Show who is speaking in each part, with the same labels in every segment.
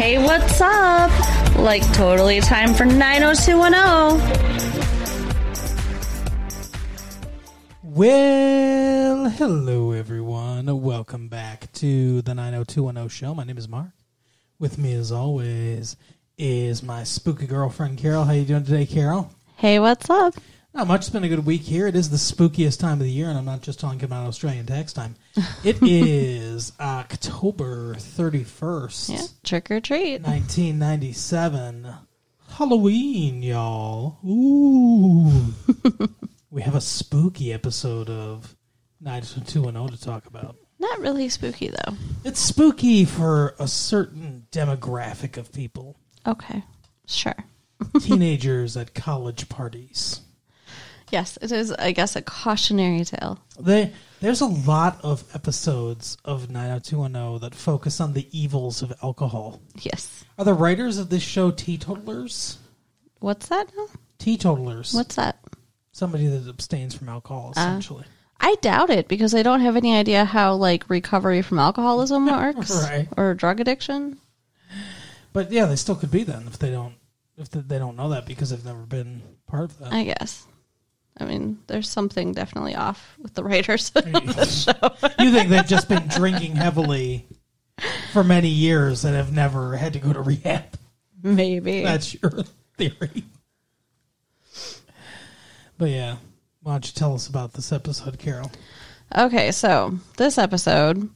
Speaker 1: Hey, what's up? Like, totally time for 90210.
Speaker 2: Well, hello everyone. Welcome back to the 90210 show. My name is Mark. With me as always is my spooky girlfriend Carol. How you doing today, Carol?
Speaker 1: Hey, what's up?
Speaker 2: Not much. It's been a good week here. It is the spookiest time of the year, and I'm not just talking about Australian tax time. It is October 31st,
Speaker 1: Yeah, trick or treat.
Speaker 2: 1997. Halloween, y'all. Ooh. we have a spooky episode of 90210 to talk about.
Speaker 1: Not really spooky, though.
Speaker 2: It's spooky for a certain demographic of people
Speaker 1: Okay, sure.
Speaker 2: teenagers at college parties.
Speaker 1: Yes, it is, I guess, a cautionary tale.
Speaker 2: They, there's a lot of episodes of 90210 that focus on the evils of alcohol.
Speaker 1: Yes.
Speaker 2: Are the writers of this show teetotalers?
Speaker 1: What's that? now?
Speaker 2: Teetotalers.
Speaker 1: What's that?
Speaker 2: Somebody that abstains from alcohol, essentially.
Speaker 1: I doubt it because I don't have any idea how like recovery from alcoholism works
Speaker 2: Right.
Speaker 1: or drug addiction.
Speaker 2: But yeah, they still could be then if they don't if th- they don't know that because they've never been part of that.
Speaker 1: I guess. I mean, there's something definitely off with the writers.
Speaker 2: you think they've just been drinking heavily for many years and have never had to go to rehab?
Speaker 1: Maybe.
Speaker 2: That's your theory. But yeah, why don't you tell us about this episode, Carol?
Speaker 1: Okay, so this episode,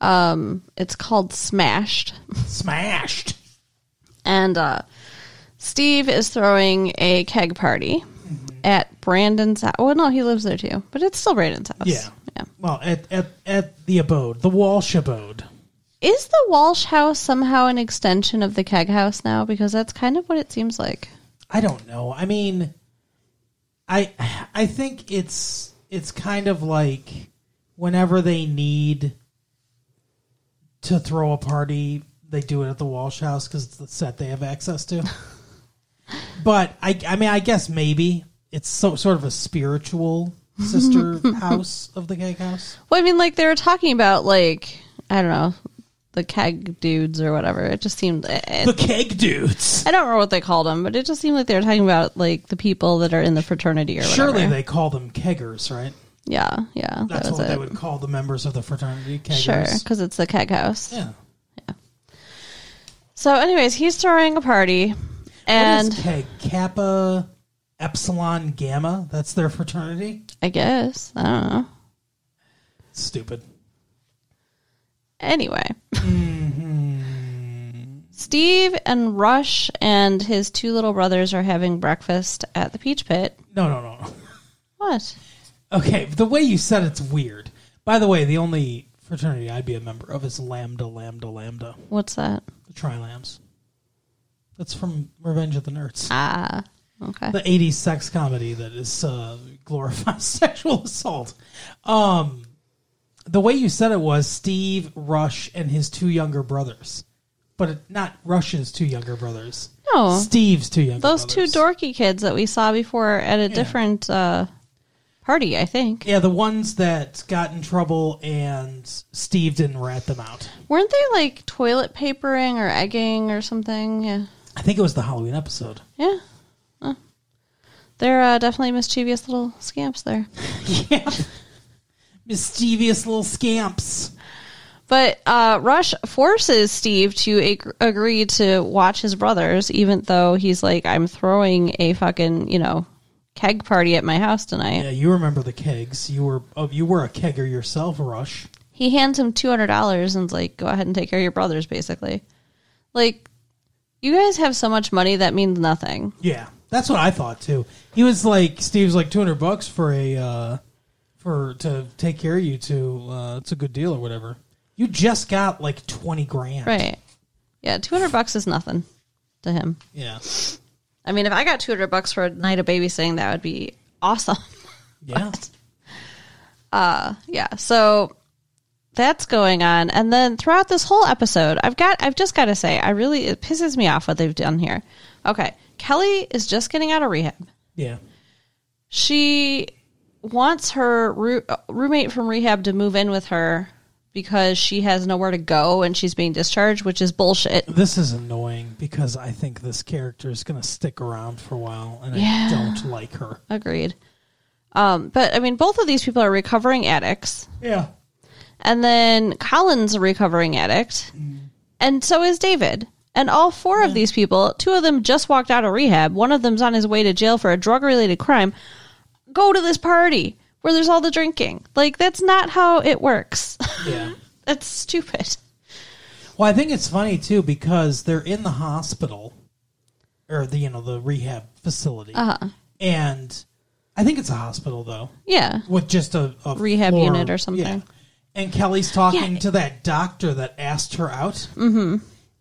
Speaker 1: um, it's called Smashed,
Speaker 2: Smashed.
Speaker 1: and uh, Steve is throwing a keg party at Brandon's house. Well, no, he lives there too, but it's still Brandon's house.
Speaker 2: Yeah.
Speaker 1: yeah.
Speaker 2: Well, at, at at the abode, the Walsh abode.
Speaker 1: Is the Walsh house somehow an extension of the keg house now? Because that's kind of what it seems like.
Speaker 2: I don't know. I mean, I I think it's it's kind of like whenever they need to throw a party, they do it at the Walsh House because it's the set they have access to. but I I mean I guess maybe it's so sort of a spiritual sister house of the cake house.
Speaker 1: Well, I mean, like they were talking about, like I don't know, the keg dudes or whatever. It just seemed. eh,
Speaker 2: The keg dudes.
Speaker 1: I don't remember what they called them, but it just seemed like they were talking about like the people that are in the fraternity or whatever.
Speaker 2: Surely they call them keggers, right?
Speaker 1: Yeah, yeah,
Speaker 2: That's
Speaker 1: that was
Speaker 2: what they
Speaker 1: it.
Speaker 2: would call the members of the fraternity keggers.
Speaker 1: Sure, because it's the keg house.
Speaker 2: Yeah.
Speaker 1: So, anyways, he's throwing a party,
Speaker 2: What is
Speaker 1: and
Speaker 2: K- Kappa Epsilon Gamma. That's their fraternity.
Speaker 1: I guess I don't know.
Speaker 2: Stupid.
Speaker 1: Anyway,
Speaker 2: Mm-hmm.
Speaker 1: Steve and Rush and his two little brothers are having breakfast at the Peach Pit.
Speaker 2: No, no, no, no.
Speaker 1: What?
Speaker 2: Okay, the way you said it's weird. By the way, the only fraternity I'd be a member of is Lambda Lambda Lambda.
Speaker 1: What's that?
Speaker 2: The Trilams. That's from Revenge of the Nerds.
Speaker 1: Ah, okay.
Speaker 2: the 80s sex comedy that is uh, glorifies sexual assault. Um, the way you said it was Steve Rush and his two younger brothers, but it, not Rush's two younger brothers.
Speaker 1: No.
Speaker 2: Steve's two younger.
Speaker 1: Those
Speaker 2: brothers.
Speaker 1: two dorky kids that we saw before at a different uh, party, I think.
Speaker 2: Yeah, the ones that got in trouble and Steve didn't rat them out.
Speaker 1: Weren't they like toilet papering or egging or something? Yeah.
Speaker 2: I think it was the Halloween episode.
Speaker 1: Yeah. Huh. They're uh, definitely mischievous little scamps there.
Speaker 2: yeah. Mischievous little scamps.
Speaker 1: But uh, Rush forces Steve to ag- agree to watch his brothers, even though he's like, I'm throwing a fucking, you know, keg party at my house tonight.
Speaker 2: Yeah, you remember the kegs. You were oh, you were a kegger yourself, Rush.
Speaker 1: He hands him $200 and's like, go ahead and take care of your brothers, basically. Like, you guys have so much money that means nothing.
Speaker 2: Yeah, that's what I thought too. He was like, Steve's like two hundred bucks for a uh, for to take care of you to uh, it's a good deal or whatever. You just got like twenty grand,
Speaker 1: Right. Yeah, 200 bucks is nothing to him.
Speaker 2: Yeah,
Speaker 1: I mean, if I got 200 bucks for a night of babysitting, that would be awesome.
Speaker 2: yeah.
Speaker 1: yeah. So that's going on. And then throughout this whole episode, I've got I've just got to say, I really it pisses me off what they've done here. Okay. Kelly is just getting out of rehab.
Speaker 2: yeah.
Speaker 1: She wants her roo- roommate from rehab to move in with her because she has nowhere to go and she's being discharged, which is bullshit.
Speaker 2: This is annoying because I think this character is going to stick around for a while, and
Speaker 1: Yeah.
Speaker 2: I don't like her.
Speaker 1: Agreed. Um, but I mean, both of these people are recovering addicts,
Speaker 2: Yeah.
Speaker 1: and then Colin's a recovering addict, and so is David. And all four of these people, two of them just walked out of rehab, one of them's on his way to jail for a drug related crime, go to this party where there's all the drinking. Like, that's not how it works.
Speaker 2: Yeah.
Speaker 1: that's stupid.
Speaker 2: Well, I think it's funny too because they're in the hospital or the you know the rehab facility,
Speaker 1: Uh-huh.
Speaker 2: and I think it's a hospital though
Speaker 1: Yeah.
Speaker 2: with just a, a
Speaker 1: Rehab
Speaker 2: floor-
Speaker 1: unit or something.
Speaker 2: And Kelly's talking
Speaker 1: Yeah.
Speaker 2: to that doctor that asked her out, mm-hmm.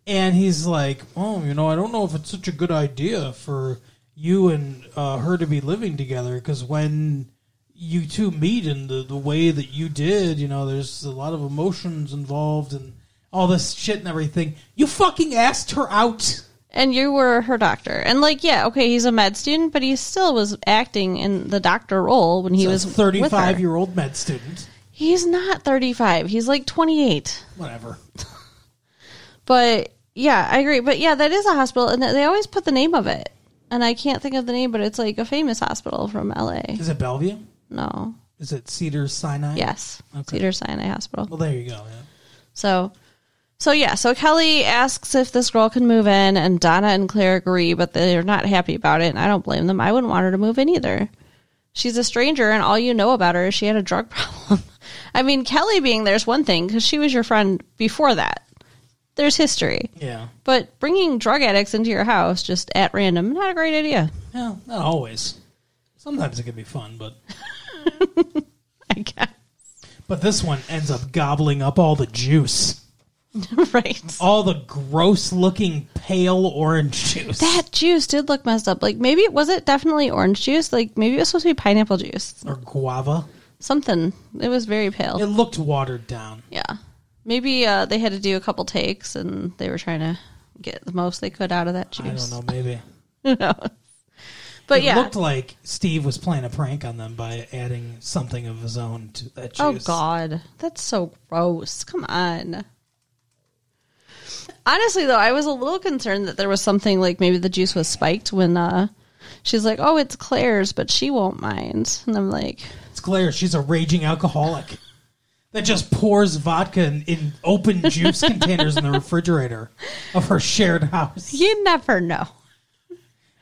Speaker 2: and he's like, "Oh, you know, I don't know if it's such a good idea for you and uh, her to be living together because when." You two meet in the, the way that you did, you know, there's a lot of emotions involved and all this shit and everything. You fucking asked her out.
Speaker 1: And you were her doctor. And, like, yeah, okay, he's a med student, but he still was acting in the doctor role when he
Speaker 2: He
Speaker 1: was
Speaker 2: was a 35 year old med student.
Speaker 1: He's not 35. He's like 28.
Speaker 2: Whatever.
Speaker 1: But yeah, I agree. But yeah, that is a hospital, and they always put the name of it. And I can't think of the name, but it's like a famous hospital from LA.
Speaker 2: Is it Bellevue?
Speaker 1: No.
Speaker 2: Is it Cedar Sinai?
Speaker 1: Yes.
Speaker 2: Okay.
Speaker 1: Cedar Sinai Hospital.
Speaker 2: Well, there you go. Yeah.
Speaker 1: So, so yeah, so Kelly asks if this girl can move in, and Donna and Claire agree, but they're not happy about it, and I don't blame them. I wouldn't want her to move in either. She's a stranger, and all you know about her is she had a drug problem. I mean, Kelly being there is one thing because she was your friend before that. There's history.
Speaker 2: Yeah.
Speaker 1: But bringing drug addicts into your house just at random, not a great idea,
Speaker 2: Yeah, not always. Sometimes it can be fun, but
Speaker 1: I guess.
Speaker 2: but this one ends up gobbling up all the juice.
Speaker 1: right.
Speaker 2: All the gross looking pale orange juice.
Speaker 1: That juice did look messed up. Like maybe it was it definitely orange juice. Like maybe it was supposed to be pineapple juice.
Speaker 2: or guava.
Speaker 1: Something. It was very pale.
Speaker 2: It looked watered down.
Speaker 1: yeah. Maybe uh, they had to do a couple takes and they were trying to get the most they could out of that
Speaker 2: I don't
Speaker 1: juice.
Speaker 2: know, maybe.
Speaker 1: But
Speaker 2: It
Speaker 1: yeah.
Speaker 2: looked like Steve was playing a prank on them by adding something of his own to that juice.
Speaker 1: Oh God, that's so gross. Come on. Honestly, though, I was a little concerned that there was something like maybe the juice was spiked when uh, she's like, "Oh, it's Claire's, but she won't mind," and I'm like,
Speaker 2: It's Claire. She's a raging alcoholic that just pours vodka in, in open juice containers in the refrigerator of her shared house.
Speaker 1: "You never know."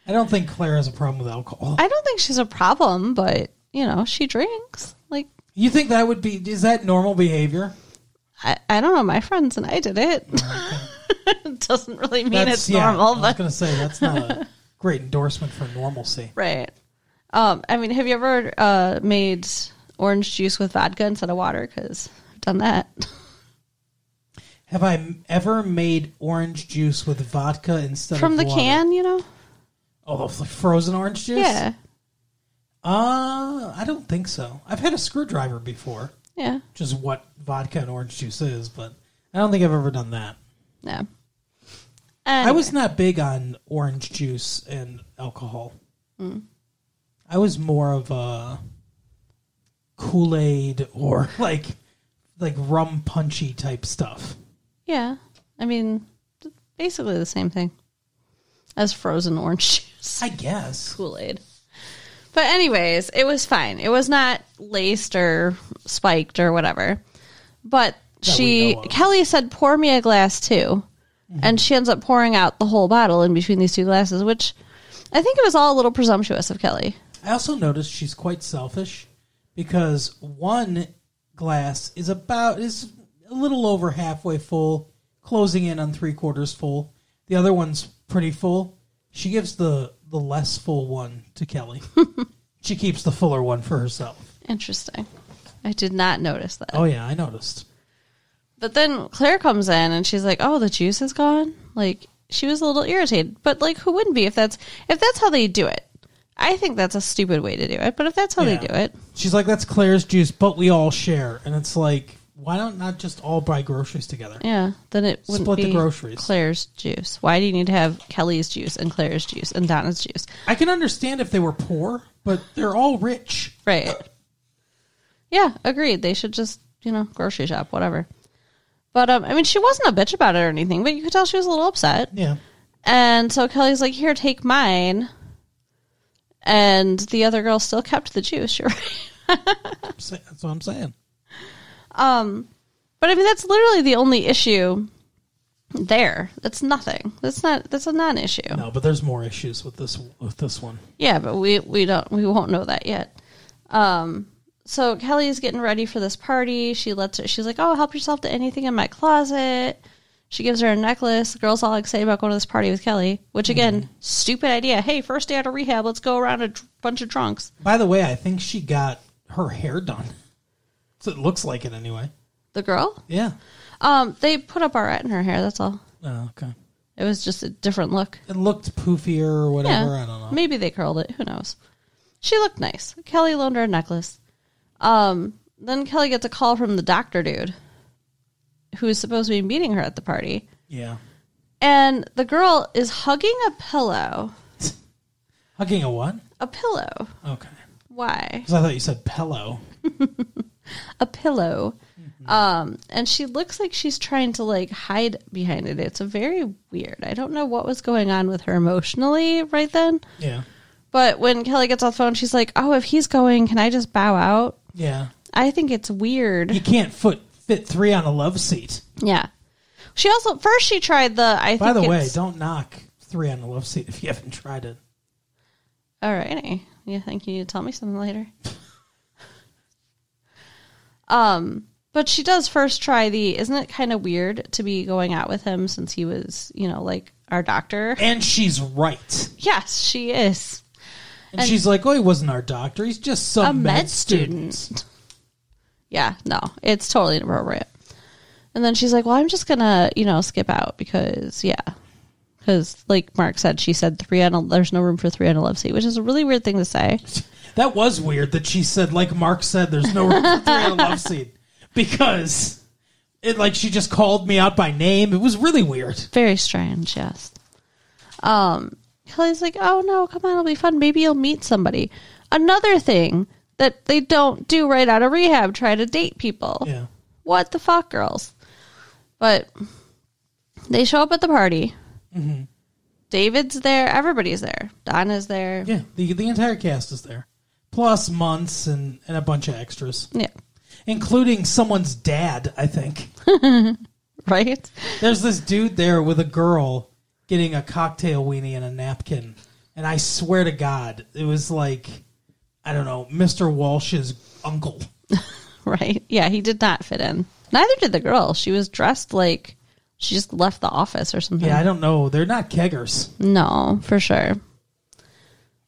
Speaker 2: I don't think Claire has a problem with alcohol.
Speaker 1: I don't think she's a problem, but you know, she drinks. Like,
Speaker 2: You think that would be is that normal behavior?
Speaker 1: I, I don't know. My friends and I did it. it doesn't really mean it's
Speaker 2: yeah,
Speaker 1: normal,
Speaker 2: I was
Speaker 1: but
Speaker 2: going to say that's not a great endorsement for normalcy.
Speaker 1: Right. Um, I mean, have you ever uh, made orange juice with vodka instead of water? Because I've done that.
Speaker 2: Have I m- ever made orange juice with vodka instead
Speaker 1: From
Speaker 2: of
Speaker 1: the
Speaker 2: water?
Speaker 1: can, you know?
Speaker 2: Oh, the f- frozen orange juice.
Speaker 1: Yeah.
Speaker 2: Uh, I don't think so. I've had a screwdriver before,
Speaker 1: Yeah.
Speaker 2: which is what vodka and orange juice is, but I don't think I've ever done that.
Speaker 1: Yeah.
Speaker 2: I was not big on orange juice and alcohol. I was more of a Kool Aid or like like rum punchy type stuff.
Speaker 1: Yeah. I mean, basically the same thing as frozen orange juice,
Speaker 2: I guess.
Speaker 1: Kool Aid. But, anyways, it was fine. It was not laced or spiked or whatever. But
Speaker 2: we
Speaker 1: she,
Speaker 2: know of. Mm-hmm.
Speaker 1: Kelly said, pour me a glass too. And she ends up pouring out the whole bottle in between these two glasses, which I think it was all a little presumptuous of Kelly.
Speaker 2: I also noticed she's quite selfish because one glass is about is a little over halfway full, closing in on three quarters full. The other one's pretty full. She gives the the less full one to Kelly. she keeps the fuller one for herself.
Speaker 1: Interesting. I did not notice that.
Speaker 2: Oh yeah, I noticed.
Speaker 1: But then Claire comes in and she's like, "Oh, the juice is gone." Like she was a little irritated, but like who wouldn't be if that's if that's how they do it? I think that's a stupid way to do it, but if that's how
Speaker 2: Yeah.
Speaker 1: Oh, they do it,
Speaker 2: She's like, "That's Claire's juice, but we all share." And it's like, why don't not just all buy groceries together?
Speaker 1: yeah, then it wouldn't
Speaker 2: Split the
Speaker 1: be
Speaker 2: groceries.
Speaker 1: Claire's juice. Why do you need to have Kelly's juice and Claire's juice and Donna's juice?
Speaker 2: I can understand if they were poor, but they're all rich.
Speaker 1: Right. Yeah, agreed. They should just, you know, grocery shop, whatever. But um, I mean, she wasn't a bitch about it or anything, but you could tell she was a little upset.
Speaker 2: Yeah.
Speaker 1: And so Kelly's like, "Here, take mine." And the other girl still kept the juice. You're right.
Speaker 2: Sa- That's what I'm saying.
Speaker 1: But I mean, that's literally the only issue there. That's nothing. That's not. That's a non-issue.
Speaker 2: No, but there's more issues with this with this one.
Speaker 1: Yeah, but we we don't we won't know that yet. Um, so Kelly's getting ready for this party. She lets her. She's like, "Oh, help yourself to anything in my closet." She gives her a necklace. The girl's all excited about going to this party with Kelly, which again, stupid idea. Hey, first day out of rehab, let's go around a dr- bunch of drunks.
Speaker 2: By the way, I think she got her hair done. So it looks like it anyway.
Speaker 1: The girl,
Speaker 2: Yeah.
Speaker 1: um, they put a barrette in her hair. That's all.
Speaker 2: Oh, okay.
Speaker 1: It was just a different look.
Speaker 2: It looked poofier or whatever. I don't know.
Speaker 1: Maybe they curled it. Who knows? She looked nice. Kelly loaned her a necklace. Um, then Kelly gets a call from the doctor dude, who is supposed to be meeting her at the party,
Speaker 2: Yeah.
Speaker 1: and the girl is hugging a pillow.
Speaker 2: Hugging a what?
Speaker 1: A pillow.
Speaker 2: Okay.
Speaker 1: Why?
Speaker 2: Because I thought you said pillow.
Speaker 1: A pillow.
Speaker 2: Mm-hmm.
Speaker 1: Um, and she looks like she's trying to like hide behind it. It's a very weird. I don't know what was going on with her emotionally right then.
Speaker 2: Yeah.
Speaker 1: But when Kelly gets off the phone, she's like, "Oh, if he's going, can I just bow out?"
Speaker 2: Yeah.
Speaker 1: I think it's weird.
Speaker 2: You can't foot fit three on a love seat.
Speaker 1: Yeah. She also first she tried the I think
Speaker 2: By the way,
Speaker 1: it's-
Speaker 2: don't knock three on a love seat if you haven't tried it.
Speaker 1: All righty. You think you need to tell me something later? um, but she does first try the isn't it kind of weird to be going out with him since he was, you know, like our doctor?
Speaker 2: And she's right.
Speaker 1: Yes, she is.
Speaker 2: And, she's like, "Oh, he wasn't our doctor. He's just some
Speaker 1: A
Speaker 2: med,
Speaker 1: med
Speaker 2: student."
Speaker 1: student. Yeah, no. It's totally inappropriate. And then she's like, "Well, I'm just going to, you know, skip out because yeah, because like Mark said, she said three on a, there's no room for three on a love seat, which is a really weird thing to say.
Speaker 2: That was weird that she said, like Mark said, "There's no room for three on a love seat," because it like she just called me out by name. It was really weird.
Speaker 1: Very strange, yes. Um, Kelly's like, oh no, come on, it'll be fun. Maybe you'll meet somebody. Another thing that they don't do right out of rehab, try to date people.
Speaker 2: Yeah.
Speaker 1: What the fuck, girls? But they show up at the party.
Speaker 2: Mm-hmm.
Speaker 1: David's there. Everybody's there. Donna's there.
Speaker 2: Yeah. The the entire cast is there, plus months and and a bunch of extras,
Speaker 1: Yeah.
Speaker 2: including someone's dad. I think
Speaker 1: Right?
Speaker 2: there's this dude there with a girl getting a cocktail weenie and a napkin, and I swear to God, it was like I don't know, Mister Walsh's uncle.
Speaker 1: Right. Yeah, he did not fit in. Neither did the girl. She was dressed like she just left the office or something.
Speaker 2: Yeah, I don't know. They're not keggers.
Speaker 1: No, for sure.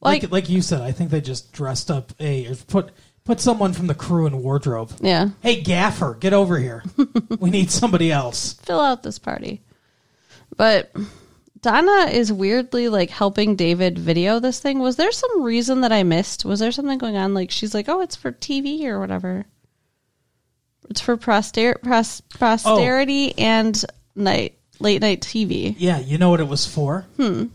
Speaker 2: Like,
Speaker 1: Like,
Speaker 2: like you said, I think they just dressed up a or put put someone from the crew in wardrobe.
Speaker 1: yeah,
Speaker 2: Hey gaffer, get over here. we need somebody else.
Speaker 1: fill out this party. But Donna is weirdly like helping David video this thing. Was there some reason that I missed? Was there something going on? Like, she's like, oh, it's for TV or whatever. It's for proster- pros- posterity and night late night TV.
Speaker 2: Yeah, you know what it was for? Hmm.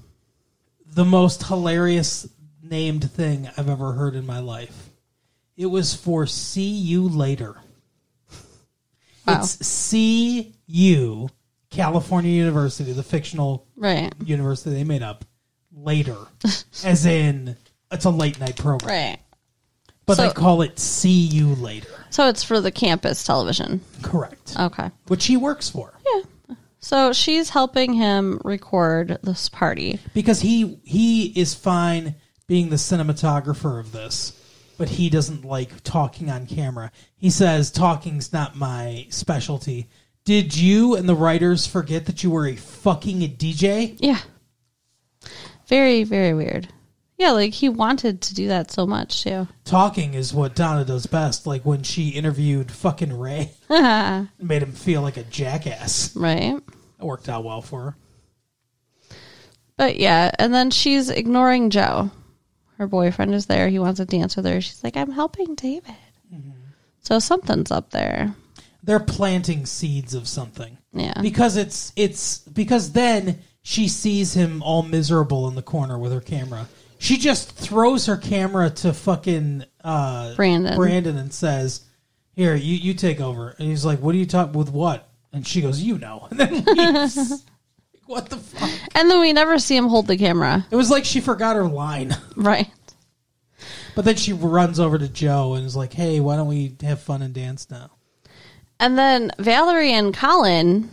Speaker 2: The most hilarious named thing I've ever heard in my life. It was for see you later.
Speaker 1: Wow.
Speaker 2: It's see you California University, the fictional
Speaker 1: Right.
Speaker 2: university they made up later, as in it's a late night program.
Speaker 1: Right.
Speaker 2: But
Speaker 1: So-
Speaker 2: they call it See You Later.
Speaker 1: So it's for the campus television.
Speaker 2: Correct.
Speaker 1: Okay.
Speaker 2: Which he works for.
Speaker 1: So she's helping him record this party.
Speaker 2: Because he he is fine being the cinematographer of this, but he doesn't like talking on camera. He says talking's not my specialty. Did you and the writers forget that you were a fucking DJ?
Speaker 1: Yeah. Very, very weird. Yeah, like he wanted to do that so much too.
Speaker 2: Talking is what Donna does best, like when she interviewed fucking Ray. made him feel like a jackass.
Speaker 1: Right.
Speaker 2: It worked out well for her.
Speaker 1: But yeah, and then she's ignoring Joe. Her boyfriend is there. He wants to dance with her. She's like, I'm helping David. Mm-hmm. So something's up there.
Speaker 2: They're planting seeds of something.
Speaker 1: Yeah.
Speaker 2: because it's it's because then she sees him all miserable in the corner with her camera. She just throws her camera to fucking uh,
Speaker 1: Brandon.
Speaker 2: Brandon and says, "Here, you you take over." And he's like, "What are you talking with? What? And she goes, "You know," and then leaves. Like, what the fuck?
Speaker 1: And then we never see him hold the camera.
Speaker 2: It was like she forgot her line.
Speaker 1: Right.
Speaker 2: But then she runs over to Joe and is like, "Hey, why don't we have fun and dance now?"
Speaker 1: And then Valerie and Colin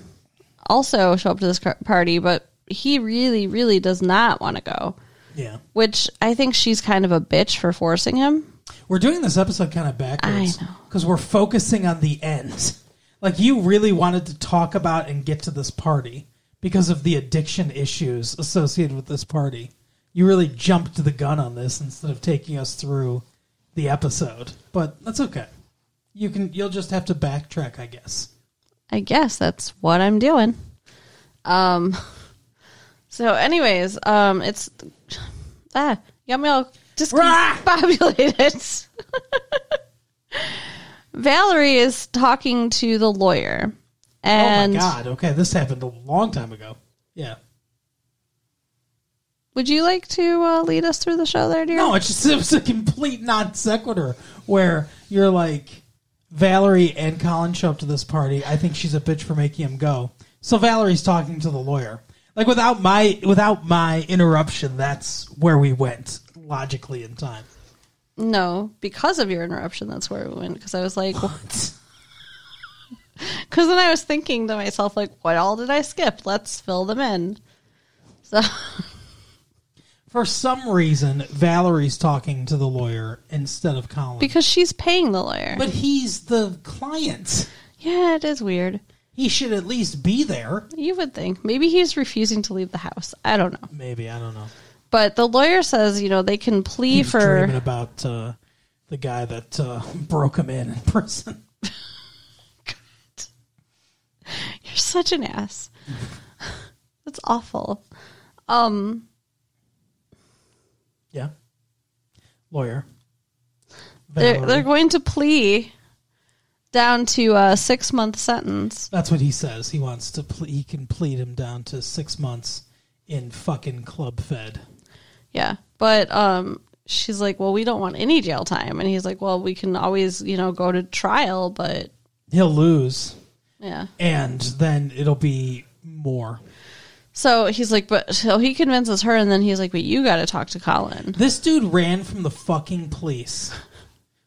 Speaker 1: also show up to this car- party, but he really, really does not want to go,
Speaker 2: Yeah,
Speaker 1: which I think she's kind of a bitch for forcing him.
Speaker 2: we're doing this episode kind of backwards
Speaker 1: I know.
Speaker 2: because we're focusing on the end. Like you really wanted to talk about and get to this party because of the addiction issues associated with this party. You really jumped the gun on this instead of taking us through the episode. But that's okay. You can you'll just have to backtrack, I guess.
Speaker 1: I guess that's what I'm doing. Um. So, anyways, um, it's ah, yummy all
Speaker 2: Rah!
Speaker 1: discombobulated. Valerie is talking to the lawyer, and
Speaker 2: oh my god, okay, this happened a long time ago. Yeah.
Speaker 1: Would you like to uh, lead us through the show there, dear?
Speaker 2: No, it's just it was a complete non sequitur where you're like Valerie and Colin show up to this party. I think she's a bitch for making him go. So Valerie's talking to the lawyer. Like without my without my interruption, that's where we went logically in time.
Speaker 1: No, because of your interruption, that's where we went. Because I was like, because then I was thinking to myself, like, what all did I skip? Let's fill them in. So
Speaker 2: For some reason, Valerie's talking to the lawyer instead of Colin.
Speaker 1: because she's paying the lawyer,
Speaker 2: but he's the client.
Speaker 1: yeah, it is weird.
Speaker 2: He should at least be there.
Speaker 1: You would think maybe he's refusing to leave the house. I don't know,
Speaker 2: Maybe I don't know.
Speaker 1: but the lawyer says, you know, they can plea
Speaker 2: He's
Speaker 1: for
Speaker 2: dreaming about uh, the guy that uh, broke him in in prison.
Speaker 1: You're such an ass. That's awful. Um,
Speaker 2: Yeah. Lawyer.
Speaker 1: they're
Speaker 2: Valerie.
Speaker 1: they're going to plea down to a six month sentence.
Speaker 2: That's what he says. He wants to ple- he can plead him down to 6 months in fucking club fed.
Speaker 1: Yeah, but um, she's like, well, we don't want any jail time, and he's like, well, we can always you know go to trial, but
Speaker 2: He'll lose
Speaker 1: yeah.
Speaker 2: and then it'll be more.
Speaker 1: So he's like, but so he convinces her, and then he's like, but you got to talk to Colin.
Speaker 2: This dude ran from the fucking police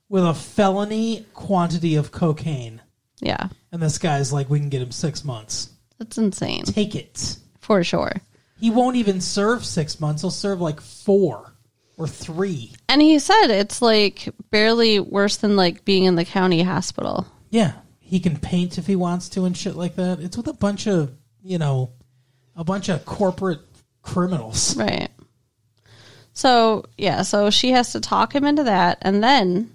Speaker 2: with a felony quantity of cocaine.
Speaker 1: Yeah,
Speaker 2: And this guy's like we can get him 6 months.
Speaker 1: that's insane
Speaker 2: Take it.
Speaker 1: for sure.
Speaker 2: He won't even serve 6 months. He'll serve like 4 or 3.
Speaker 1: And he said it's like barely worse than like being in the county hospital.
Speaker 2: Yeah, he can paint if he wants to and shit like that. It's with a bunch of you know, a bunch of corporate criminals.
Speaker 1: Right. So, yeah, so she has to talk him into that. And then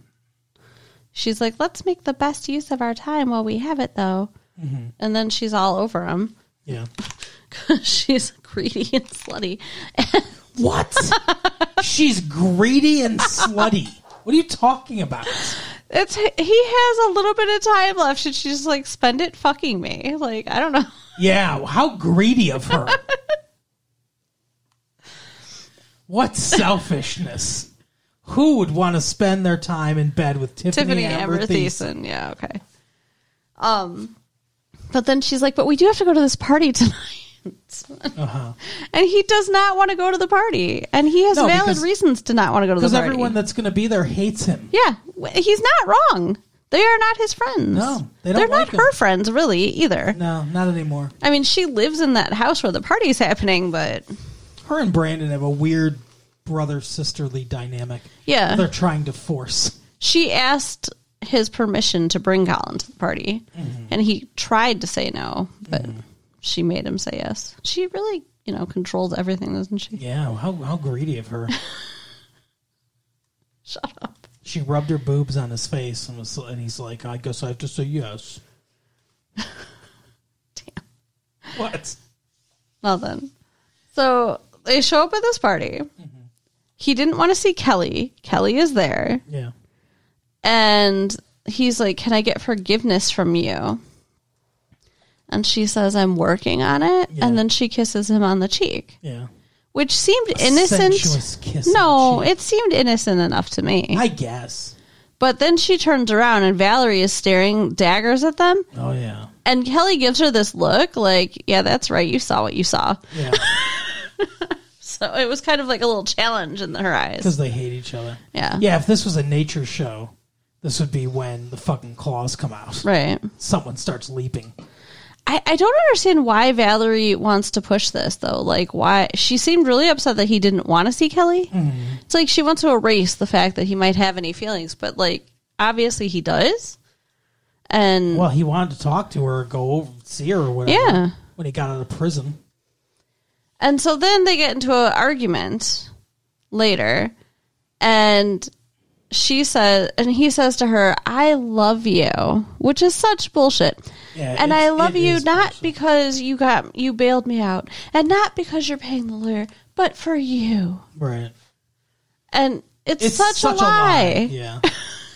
Speaker 1: she's like, let's make the best use of our time while we have it, though. And then she's all over him.
Speaker 2: Yeah.
Speaker 1: she's greedy and slutty.
Speaker 2: What? She's greedy and slutty. What are you talking about?
Speaker 1: It's he has a little bit of time left, and she's like, "Spend it fucking me." Like I don't know.
Speaker 2: Yeah, how greedy of her. What selfishness. Who would want to spend their time in bed with Tiffany,
Speaker 1: Tiffany
Speaker 2: Amber,
Speaker 1: Amber
Speaker 2: Thies?
Speaker 1: Thiessen. Yeah, okay. Um, but then she's like, "But we do have to go to this party tonight,"
Speaker 2: Uh-huh.
Speaker 1: and he does not want to go to the party, and he has
Speaker 2: No,
Speaker 1: valid
Speaker 2: because-
Speaker 1: reasons to not want to go to the
Speaker 2: Because
Speaker 1: party.
Speaker 2: everyone that's going to be there hates him.
Speaker 1: yeah, w- he's not wrong. They are not his friends.
Speaker 2: No, they don't
Speaker 1: are
Speaker 2: like
Speaker 1: not her
Speaker 2: him.
Speaker 1: friends really either.
Speaker 2: No, not anymore.
Speaker 1: I mean, she lives in that house where the party's happening, but
Speaker 2: her and Brandon have a weird brother sisterly dynamic.
Speaker 1: yeah,
Speaker 2: They're trying to force.
Speaker 1: she asked his permission to bring Colin to the party,
Speaker 2: Mm-hmm.
Speaker 1: and he tried to say no, but she made him say yes. She really, you know, controls everything, doesn't she?
Speaker 2: Yeah, how how greedy of her.
Speaker 1: Shut up.
Speaker 2: she rubbed her boobs on his face and was and he's like, I guess I have to say yes.
Speaker 1: Damn.
Speaker 2: What?
Speaker 1: Nothing. So they show up at this party.
Speaker 2: Mm-hmm.
Speaker 1: He didn't want to see Kelly. Kelly is there,
Speaker 2: Yeah.
Speaker 1: and he's like, "Can I get forgiveness from you?" And she says, "I'm working on it."
Speaker 2: Yeah.
Speaker 1: And then she kisses him on the cheek,
Speaker 2: Yeah.
Speaker 1: which seemed innocent.
Speaker 2: Sensuous kiss. on
Speaker 1: No,
Speaker 2: the cheek.
Speaker 1: it seemed innocent enough to me.
Speaker 2: I guess.
Speaker 1: But then she turns around and Valerie is staring daggers at them.
Speaker 2: Oh yeah.
Speaker 1: And Kelly gives her this look like, yeah, that's right. You saw what you saw.
Speaker 2: Yeah,
Speaker 1: So it was kind of like a little challenge in her eyes.
Speaker 2: because they hate each other.
Speaker 1: Yeah.
Speaker 2: Yeah, if this was a nature show, this would be when the fucking claws come out.
Speaker 1: Right.
Speaker 2: Someone starts leaping.
Speaker 1: I, I don't understand why Valerie wants to push this though. Like why she seemed really upset that he didn't want to see Kelly. It's like she wants to erase the fact that he might have any feelings, but like obviously he does. And
Speaker 2: Well, he wanted to talk to her, go over, see her, or whatever.
Speaker 1: Yeah.
Speaker 2: When he got out of prison,
Speaker 1: and so then they get into an argument later and she says and he says to her, "I love you," which is such bullshit.
Speaker 2: Yeah,
Speaker 1: and
Speaker 2: it's-
Speaker 1: I love
Speaker 2: it
Speaker 1: you
Speaker 2: is
Speaker 1: not
Speaker 2: bullshit.
Speaker 1: because you got you bailed me out and not because you're paying the lawyer, but for you.
Speaker 2: right?
Speaker 1: and it's, such, a lie.
Speaker 2: Yeah,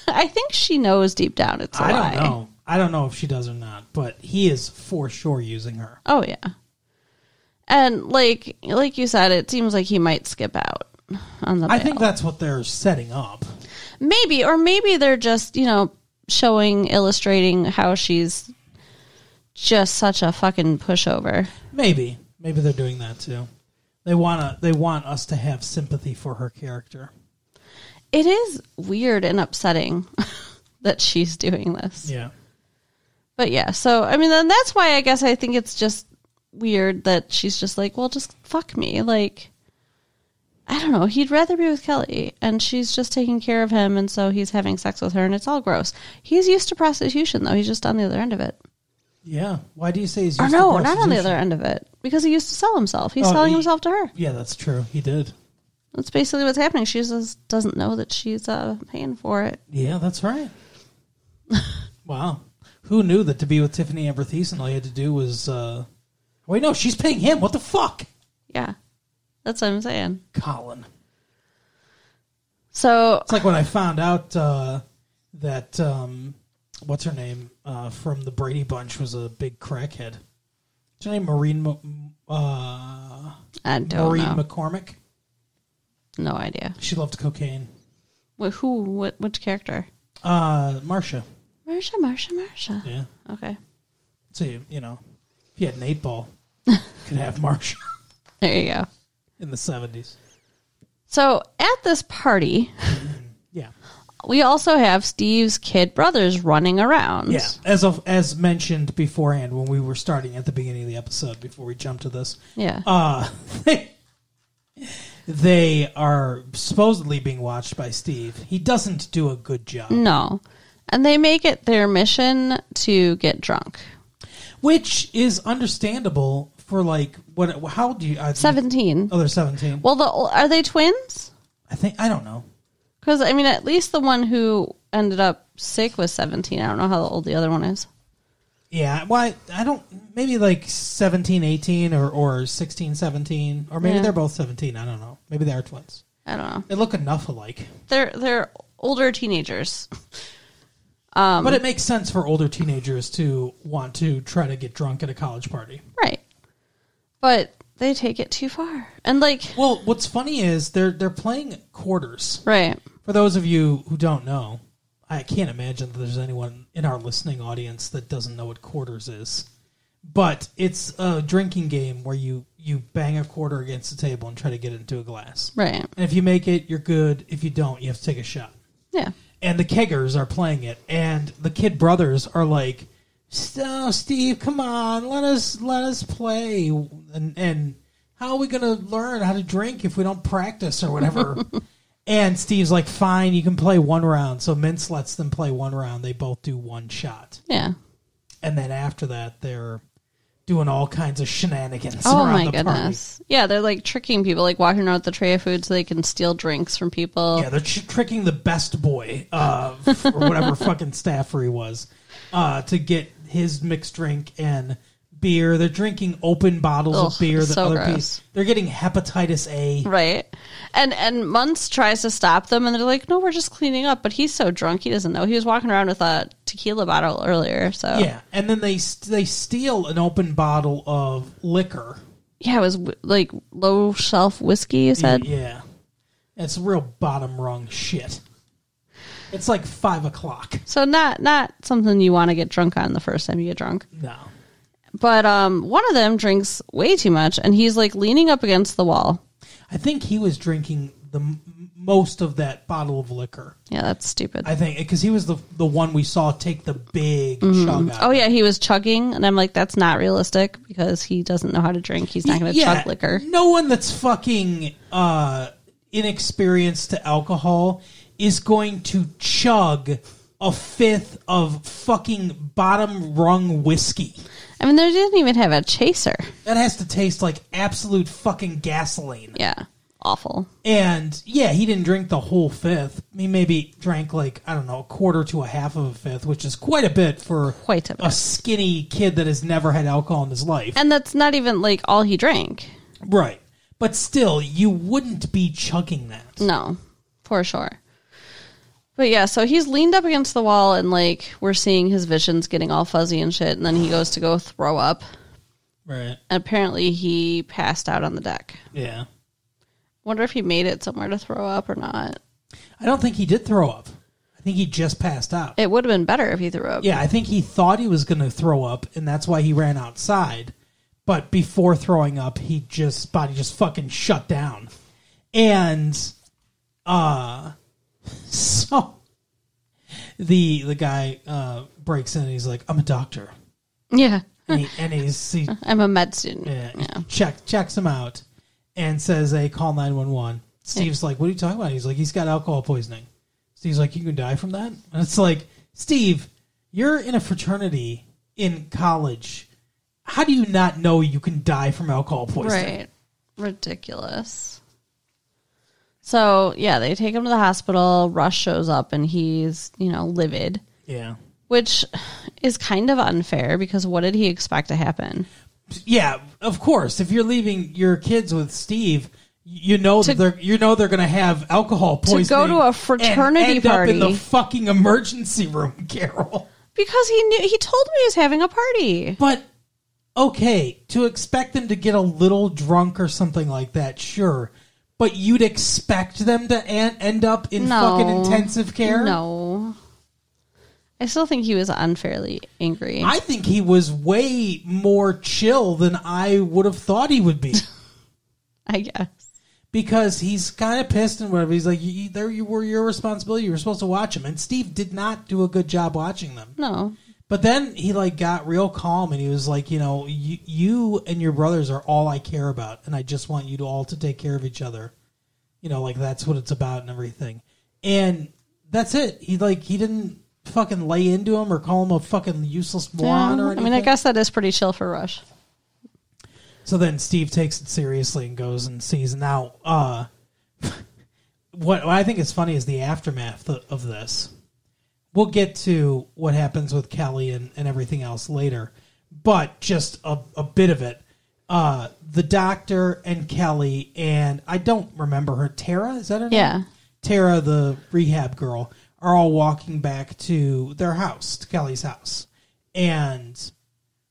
Speaker 1: I think she knows deep down it's a
Speaker 2: I
Speaker 1: lie.
Speaker 2: don't know. I don't know if she does or not, but he is for sure using her.
Speaker 1: Oh yeah, and like like you said, it seems like he might skip out on the.
Speaker 2: I
Speaker 1: bail.
Speaker 2: think that's what they're setting up.
Speaker 1: maybe or maybe they're just you know showing illustrating how she's just such a fucking pushover.
Speaker 2: Maybe, maybe they're doing that too. They wanna, they want us to have sympathy for her character.
Speaker 1: It is weird and upsetting that she's doing this.
Speaker 2: Yeah,
Speaker 1: But yeah, so I mean, then that's why I guess I think it's just weird that she's just like, well, just fuck me. Like, I don't know. He'd rather be with Kelly, and she's just taking care of him, and so he's having sex with her, and it's all gross. He's used to prostitution, though. He's just on the other end of it.
Speaker 2: yeah. Why do you say he's
Speaker 1: Or
Speaker 2: used to
Speaker 1: no, not on the
Speaker 2: prostitution?
Speaker 1: other end of it because he used to sell himself. He's
Speaker 2: Oh,
Speaker 1: selling
Speaker 2: he-
Speaker 1: himself to her.
Speaker 2: Yeah, that's true. He did.
Speaker 1: That's basically what's happening. She just doesn't know that she's uh, paying for it.
Speaker 2: Yeah, that's right. wow. Who knew that to be with Tiffany Amber Thiessen, all you had to do was. Uh... Wait, no, she's paying him. What the fuck?
Speaker 1: Yeah, that's what I'm saying.
Speaker 2: Colin.
Speaker 1: So
Speaker 2: It's like when I found out uh, that. Um, what's her name? Uh, from the Brady Bunch was a big crackhead. Is her name Maureen, Mo- uh,
Speaker 1: I don't
Speaker 2: Maureen
Speaker 1: know.
Speaker 2: McCormick?
Speaker 1: no idea.
Speaker 2: She loved cocaine.
Speaker 1: Wh- who? What? Which character?
Speaker 2: Uh, Marsha.
Speaker 1: Marsha, Marsha, Marsha.
Speaker 2: Yeah.
Speaker 1: Okay.
Speaker 2: So, you, you know, if you had an eight ball, you could have Marsha
Speaker 1: There you go.
Speaker 2: in the 70s.
Speaker 1: So at this party,
Speaker 2: Yeah.
Speaker 1: we also have Steve's kid brothers running around.
Speaker 2: Yeah, as of as mentioned beforehand when we were starting at the beginning of the episode before we jump to this,
Speaker 1: Yeah.
Speaker 2: uh, they, they are supposedly being watched by Steve. He doesn't do a good job,
Speaker 1: no. And they make it their mission to get drunk.
Speaker 2: which is understandable for like what? How do you? I,
Speaker 1: Seventeen.
Speaker 2: Oh, they're seventeen.
Speaker 1: Well, the are they twins?
Speaker 2: I think I don't know.
Speaker 1: Because I mean, at least the one who ended up sick was seventeen. I don't know how old the other one is.
Speaker 2: Yeah, why? I, I don't. Maybe like 17, 18 or or 16, 17. or maybe
Speaker 1: Yeah.
Speaker 2: they're both seventeen. I don't know. Maybe they are twins.
Speaker 1: I don't know.
Speaker 2: They look enough alike.
Speaker 1: They're they're older teenagers.
Speaker 2: But it makes sense for older teenagers to want to try to get drunk at a college party.
Speaker 1: Right. But they take it too far. And like
Speaker 2: Well, what's funny is they're they're playing quarters.
Speaker 1: Right.
Speaker 2: For those of you who don't know, I can't imagine that there's anyone in our listening audience that doesn't know what quarters is. But it's a drinking game where you you bang a quarter against the table and try to get it into a glass.
Speaker 1: Right.
Speaker 2: And if you make it, you're good. If you don't, you have to take a shot.
Speaker 1: Yeah.
Speaker 2: and the keggers are playing it and the kid brothers are like so steve come on let us let us play and and how are we going to learn how to drink if we don't practice or whatever and steve's like fine you can play one round so mince lets them play one round they both do one shot
Speaker 1: Yeah.
Speaker 2: and then after that they're doing all kinds of shenanigans
Speaker 1: Oh
Speaker 2: around
Speaker 1: my
Speaker 2: the party.
Speaker 1: goodness. Yeah, they're like tricking people, like walking around with a tray of food so they can steal drinks from people.
Speaker 2: Yeah, they're tr- tricking the best boy, uh, f- or whatever fucking staffer he was, uh, to get his mixed drink and beer. They're drinking open bottles
Speaker 1: Ugh,
Speaker 2: of beer that
Speaker 1: so
Speaker 2: other
Speaker 1: gross.
Speaker 2: people. They're getting hepatitis A.
Speaker 1: Right. And and Munz tries to stop them and they're like, No, we're just cleaning up, but he's so drunk he doesn't know. He was walking around with a tequila bottle earlier, so
Speaker 2: Yeah, and then they st- they steal an open bottle of liquor.
Speaker 1: Yeah, it was w- like low shelf whiskey, you said.
Speaker 2: Yeah, it's real bottom rung shit. It's like five o'clock.
Speaker 1: So not not something you want to get drunk on the first time you get drunk.
Speaker 2: No.
Speaker 1: But um, one of them drinks way too much, and he's like leaning up against the wall.
Speaker 2: I think he was drinking the m- most of that bottle of liquor.
Speaker 1: Yeah, that's stupid.
Speaker 2: I think because he was the the one we saw take the big chug. Out.
Speaker 1: oh yeah, he was chugging, and I'm like, that's not realistic because he doesn't know how to drink. He's not going to
Speaker 2: Yeah,
Speaker 1: chug liquor.
Speaker 2: No one that's fucking uh, inexperienced to alcohol is going to chug a fifth of fucking bottom rung whiskey.
Speaker 1: I mean, they didn't even have a chaser.
Speaker 2: That has to taste like absolute fucking gasoline.
Speaker 1: Yeah, awful.
Speaker 2: And yeah, he didn't drink the whole fifth. He maybe drank like I don't know a quarter to a half of a fifth, which is quite a bit for
Speaker 1: Quite a
Speaker 2: a
Speaker 1: bit.
Speaker 2: skinny kid that has never had alcohol in his life.
Speaker 1: And that's not even like all he drank.
Speaker 2: Right. But still, you wouldn't be chugging that.
Speaker 1: No, for sure. But yeah, so he's leaned up against the wall and like we're seeing his visions getting all fuzzy and shit. And then he goes to go throw up.
Speaker 2: Right.
Speaker 1: And apparently he passed out on the deck.
Speaker 2: Yeah.
Speaker 1: Wonder if he made it somewhere to throw up or not.
Speaker 2: I don't think he did throw up. I think he just passed out.
Speaker 1: It would have been better if he threw up.
Speaker 2: Yeah, I think he thought he was going to throw up, and that's why he ran outside. But before throwing up, he just body just fucking shut down, and uh, so the the guy uh breaks in and he's like, "I'm a doctor,"
Speaker 1: Yeah.
Speaker 2: and, he, and he's he
Speaker 1: I'm a med student.
Speaker 2: Yeah. Uh, Check checks him out and says they call nine one one. Steve's like, What are you talking about? He's like, He's got alcohol poisoning. Steve's like, You can die from that? And it's like, Steve, you're in a fraternity in college. How do you not know you can die from alcohol poisoning?
Speaker 1: Right. Ridiculous. So, yeah, they take him to the hospital. Rush shows up and he's, you know, livid,
Speaker 2: Yeah.
Speaker 1: which is kind of unfair because what did he expect to happen?
Speaker 2: Yeah, of course. If you're leaving your kids with Steve, you know
Speaker 1: To-
Speaker 2: that they're you know they're gonna have alcohol poisoning.
Speaker 1: to a
Speaker 2: and
Speaker 1: fraternity
Speaker 2: end up in the
Speaker 1: party.
Speaker 2: fucking emergency room, Carol.
Speaker 1: Because he knew he told me he was having a party.
Speaker 2: But okay, to expect them to get a little drunk or something like that, sure. But you'd expect them to an- end up in
Speaker 1: No.
Speaker 2: fucking intensive care?
Speaker 1: No. I still think he was unfairly angry.
Speaker 2: I think he was way more chill than I would have thought he would be
Speaker 1: I guess.
Speaker 2: because he's kind of pissed and whatever. He's like, "You- you- "There, you were your responsibility. You were supposed to watch him." And Steve did not do a good job watching them.
Speaker 1: No.
Speaker 2: But then he like got real calm and he was like, you know, you, you and your brothers are all I care about, and I just want you to all to take care of each other. You know, like that's what it's about and everything. And that's it. He like he didn't fucking lay into him or call him a fucking useless moron or
Speaker 1: I
Speaker 2: anything.
Speaker 1: mean, I guess that is pretty chill for Rush.
Speaker 2: So then Steve takes it seriously and goes and sees. Now, uh, what, what I think is funny is the aftermath of, of this. We'll get to what happens with Kelly and, and everything else later, but just a, a bit of it. Uh, the doctor and Kelly, and I don't remember her. Tara, is that her name?
Speaker 1: Yeah.
Speaker 2: Tara, the rehab girl, are all walking back to their house, to Kelly's house. And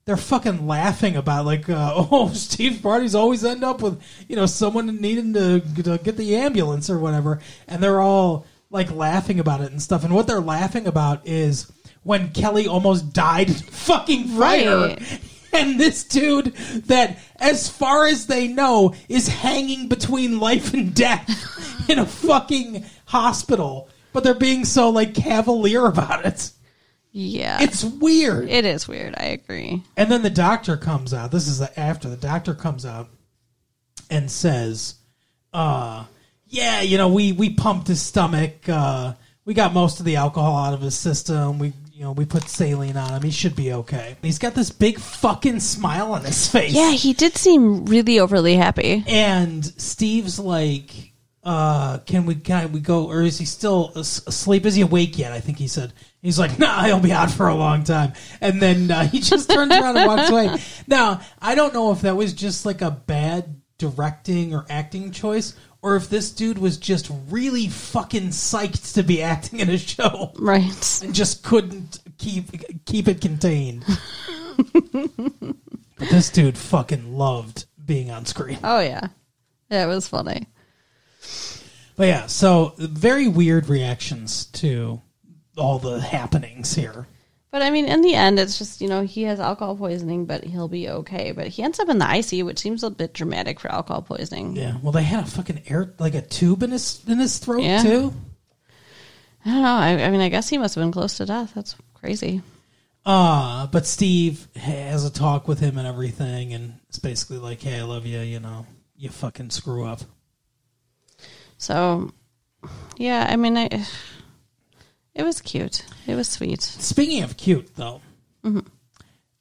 Speaker 2: they're fucking laughing about like, uh, oh, Steve's parties always end up with you know someone needing to, to get the ambulance or whatever, and they're all like laughing about it and stuff. And what they're laughing about is when Kelly almost died in fucking fire.
Speaker 1: Right.
Speaker 2: And this dude that, as far as they know, is hanging between life and death in a fucking hospital, but they're being so like cavalier about it.
Speaker 1: Yeah.
Speaker 2: It's weird.
Speaker 1: It is weird. I agree.
Speaker 2: And then the doctor comes out. This is the after the doctor comes out and says, uh, yeah, you know, we, we pumped his stomach. Uh, we got most of the alcohol out of his system. We, you know, we put saline on him. He should be okay. He's got this big fucking smile on his face.
Speaker 1: Yeah, he did seem really overly happy.
Speaker 2: And Steve's like, uh, can we, can we go, or is he still as- asleep? Is he awake yet? I think he said. He's like, nah, he'll be out for a long time. And then uh, he just turns around and walks away. Now, I don't know if that was just like a bad directing or acting choice, or if this dude was just really fucking psyched to be acting in a show
Speaker 1: Right.
Speaker 2: and just couldn't keep keep it contained. but this dude fucking loved being on screen.
Speaker 1: Oh, yeah. Yeah, it was funny.
Speaker 2: But yeah, so very weird reactions to all the happenings here.
Speaker 1: But I mean, in the end, it's just, you know, he has alcohol poisoning, but he'll be okay. But he ends up in the IC, which seems a bit dramatic for alcohol poisoning.
Speaker 2: Yeah. Well, they had a fucking air like a tube in his in his throat
Speaker 1: Yeah.
Speaker 2: too.
Speaker 1: I don't know. I, I mean, I guess he must have been close to death. That's crazy.
Speaker 2: Uh, but Steve has a talk with him and everything, and it's basically like, "Hey, I love you. You know, you fucking screw up."
Speaker 1: So, yeah, I mean, I, it was cute. It was sweet.
Speaker 2: Speaking of cute, though,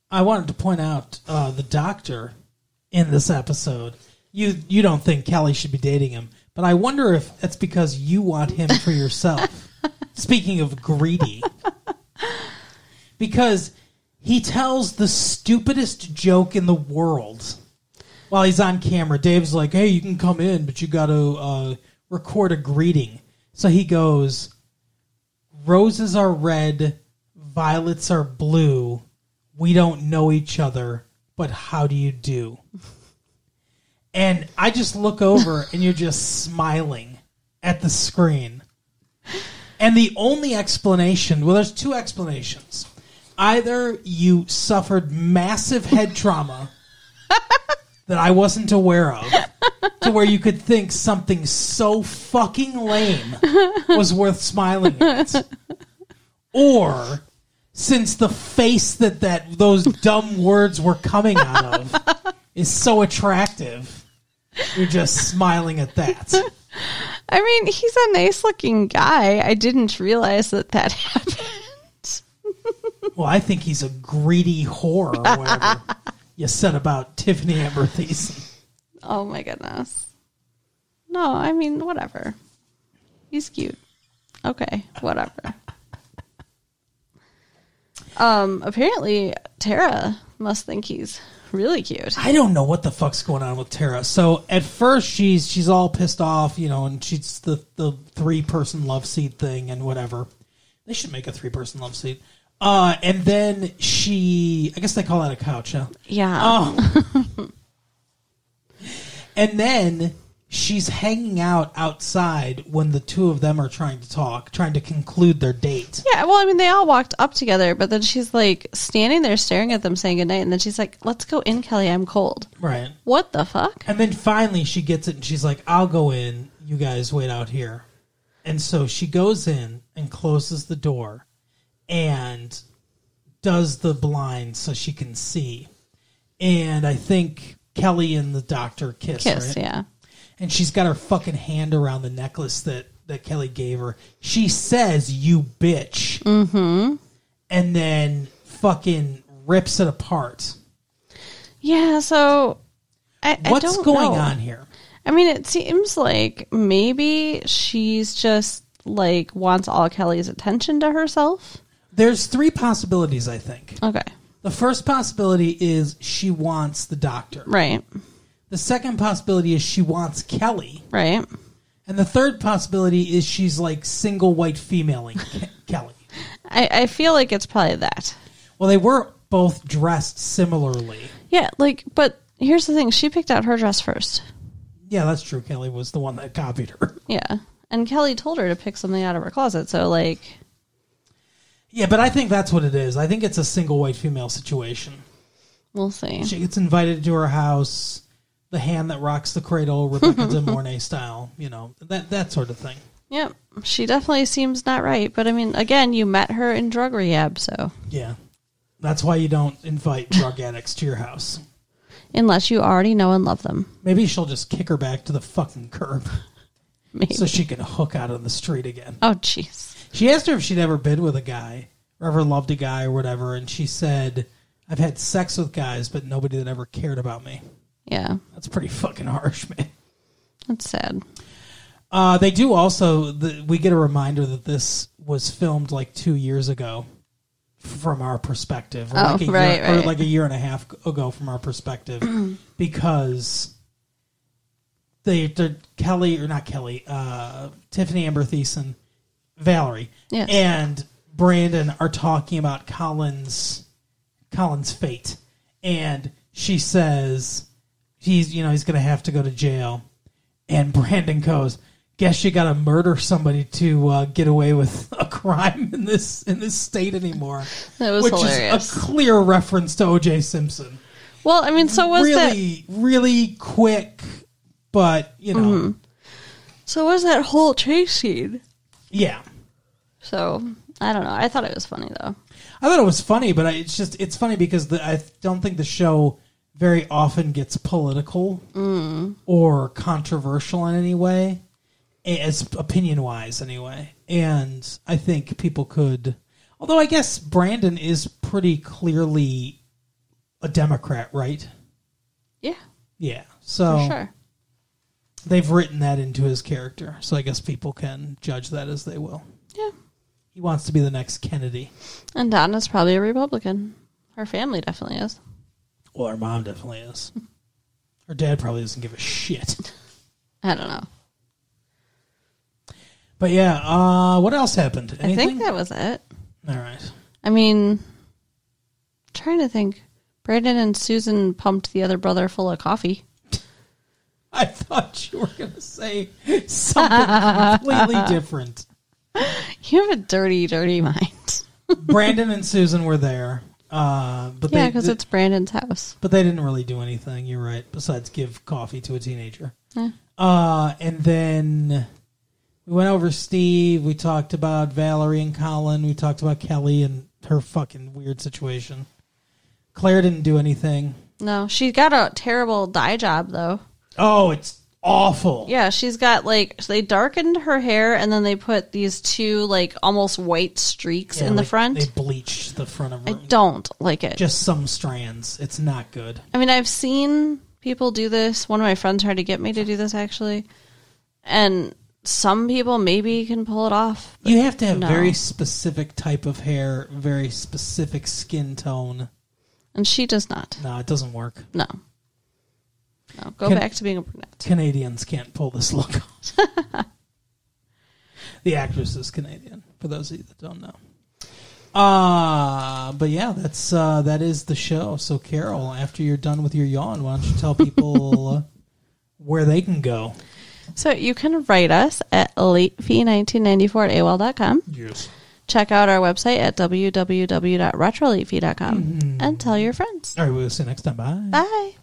Speaker 2: I wanted to point out uh, the doctor in this episode. You you don't think Kelly should be dating him, but I wonder if that's because you want him for yourself. Speaking of greedy, because he tells the stupidest joke in the world while he's on camera. Dave's like, "Hey, you can come in, but you got to uh, record a greeting." So he goes roses are red, violets are blue. We don't know each other, but how do you do? And I just look over and you're just smiling at the screen. And the only explanation, well, there's two explanations. Either you suffered massive head trauma that I wasn't aware of, to where you could think something so fucking lame was worth smiling at. Or since the face that, that those dumb words were coming out of is so attractive, you're just smiling at that.
Speaker 1: I mean, he's a nice looking guy. I didn't realize that that happened.
Speaker 2: Well, I think he's a greedy whore or whatever you said about Tiffany Amber Thiessen.
Speaker 1: Oh my goodness. No, I mean, whatever. He's cute. Okay, whatever. um, apparently Tara must think he's really cute.
Speaker 2: I don't know what the fuck's going on with Tara. So at first she's she's all pissed off, you know, and she's the the three person love seat thing and whatever. They should make a three person love seat. Uh, and then she, I guess they call that a couch, huh?
Speaker 1: Yeah.
Speaker 2: Oh. and then she's hanging out outside when the two of them are trying to talk, trying to conclude their date.
Speaker 1: Yeah, well, I mean, they all walked up together, but then she's like standing there staring at them saying goodnight, and then she's like, let's go in, Kelly, I'm cold.
Speaker 2: Right.
Speaker 1: What the fuck?
Speaker 2: And then finally she gets it and she's like, I'll go in. You guys wait out here. And so she goes in and closes the door and does the blind so she can see. And I think Kelly and the doctor kiss,
Speaker 1: Kiss,
Speaker 2: right?
Speaker 1: yeah.
Speaker 2: And she's got her fucking hand around the necklace that, that Kelly gave her. She says, You bitch. Mm-hmm. And then fucking rips it apart.
Speaker 1: Yeah, so I, I
Speaker 2: What's
Speaker 1: don't
Speaker 2: going
Speaker 1: know.
Speaker 2: on here?
Speaker 1: I mean, it seems like maybe she's just like wants all Kelly's attention to herself.
Speaker 2: There's three possibilities, I think.
Speaker 1: Okay.
Speaker 2: The first possibility is she wants the doctor.
Speaker 1: Right.
Speaker 2: The second possibility is she wants Kelly.
Speaker 1: Right.
Speaker 2: And the third possibility is she's like single white femaling Ke- Kelly.
Speaker 1: I, I feel like it's probably that.
Speaker 2: Well, they were both dressed similarly.
Speaker 1: Yeah, like, but here's the thing she picked out her dress first.
Speaker 2: Yeah, that's true. Kelly was the one that copied her.
Speaker 1: Yeah. And Kelly told her to pick something out of her closet. So, like,
Speaker 2: Yeah, but I think that's what it is. I think it's a single white female situation.
Speaker 1: we'll see.
Speaker 2: She gets invited to her house, the hand that rocks the cradle, Rebecca De Mornay style, you know, that, that sort of thing.
Speaker 1: Yep. She definitely seems not right. But I mean, again, you met her in drug rehab. So,
Speaker 2: Yeah. That's why you don't invite drug addicts to your house.
Speaker 1: unless you already know and love them,
Speaker 2: Maybe she'll just kick her back to the fucking curb
Speaker 1: maybe.
Speaker 2: so she can hook out on the street again.
Speaker 1: oh, jeez.
Speaker 2: She asked her if she'd ever been with a guy or ever loved a guy or whatever, and she said, I've had sex with guys, but nobody that ever cared about me.
Speaker 1: Yeah.
Speaker 2: That's pretty fucking harsh, man.
Speaker 1: That's sad.
Speaker 2: Uh, they do also, the, we get a reminder that this was filmed like two years ago from our perspective, or,
Speaker 1: Oh,
Speaker 2: like, a
Speaker 1: right,
Speaker 2: year, or
Speaker 1: right.
Speaker 2: like a year and a half ago from our perspective, because they they're Kelly or not Kelly, uh, Tiffany Amber Thiessen, Valerie,
Speaker 1: Yes.
Speaker 2: and Brandon are talking about Colin's Colin's fate, and she says he's you know he's going to have to go to jail, and Brandon goes. guess you got to murder somebody to uh, get away with a crime in this in this state anymore.
Speaker 1: That was
Speaker 2: which
Speaker 1: hilarious.
Speaker 2: is a clear reference to O.J. Simpson.
Speaker 1: well, I mean, so was that Mm-hmm.
Speaker 2: really, really quick, but you know,
Speaker 1: so was that whole chase scene.
Speaker 2: yeah.
Speaker 1: So I don't know. I thought it was funny though.
Speaker 2: I thought it was funny, but I, it's just it's funny because the, I don't think the show very often gets political
Speaker 1: Mm.
Speaker 2: or controversial in any way, as opinion wise anyway. And I think people could, although I guess Brandon is pretty clearly a Democrat, right?
Speaker 1: Yeah,
Speaker 2: Yeah,
Speaker 1: for
Speaker 2: so
Speaker 1: sure.
Speaker 2: they've written that into his character, so I guess people can judge that as they will.
Speaker 1: Yeah.
Speaker 2: He wants to be the next Kennedy.
Speaker 1: And Donna's probably a Republican. Her family definitely is.
Speaker 2: Well, her mom definitely is. Her dad probably doesn't give a shit.
Speaker 1: I don't know.
Speaker 2: But yeah, uh, what else happened?
Speaker 1: I
Speaker 2: Anything?
Speaker 1: think that was it.
Speaker 2: All right.
Speaker 1: I mean, trying to think. Brandon and Susan pumped the other brother full of coffee.
Speaker 2: I thought you were going to say something completely different.
Speaker 1: You have a dirty, dirty mind.
Speaker 2: Brandon and Susan were there, uh, but
Speaker 1: Yeah,
Speaker 2: they
Speaker 1: because it's Brandon's house.
Speaker 2: but they didn't really do anything. You're right. Besides, give coffee to a teenager.
Speaker 1: Yeah.
Speaker 2: Uh, and then we went over Steve. We talked about Valerie and Colin. We talked about Kelly and her fucking weird situation. Claire didn't do anything.
Speaker 1: No, she got a terrible dye job though.
Speaker 2: Oh, it's awful.
Speaker 1: Yeah, she's got like they darkened her hair and then they put these two like almost white streaks
Speaker 2: Yeah,
Speaker 1: in the
Speaker 2: like,
Speaker 1: front.
Speaker 2: They bleached the front of
Speaker 1: I
Speaker 2: her.
Speaker 1: don't like it.
Speaker 2: Just some strands. It's not good.
Speaker 1: I mean, I've seen people do this. One of my friends tried to get me to do this actually, and some people maybe can pull it off.
Speaker 2: You have to have
Speaker 1: no.
Speaker 2: very specific type of hair, very specific skin tone.
Speaker 1: And she does not.
Speaker 2: No, it doesn't work.
Speaker 1: No. No, go
Speaker 2: Can-
Speaker 1: back to being a brunette.
Speaker 2: Canadians can't pull this look off. the actress is Canadian, for those of you that don't know. Uh but yeah, that's uh that is the show. So Carol, after you're done with your yawn, why don't you tell people uh, where they can go?
Speaker 1: So you can write us at latefee1994 at AOL.com.
Speaker 2: Yes.
Speaker 1: Check out our website at
Speaker 2: Mm-hmm.
Speaker 1: www.retrolatefee.com and tell your friends.
Speaker 2: All right, we'll see you next time. Bye.
Speaker 1: Bye.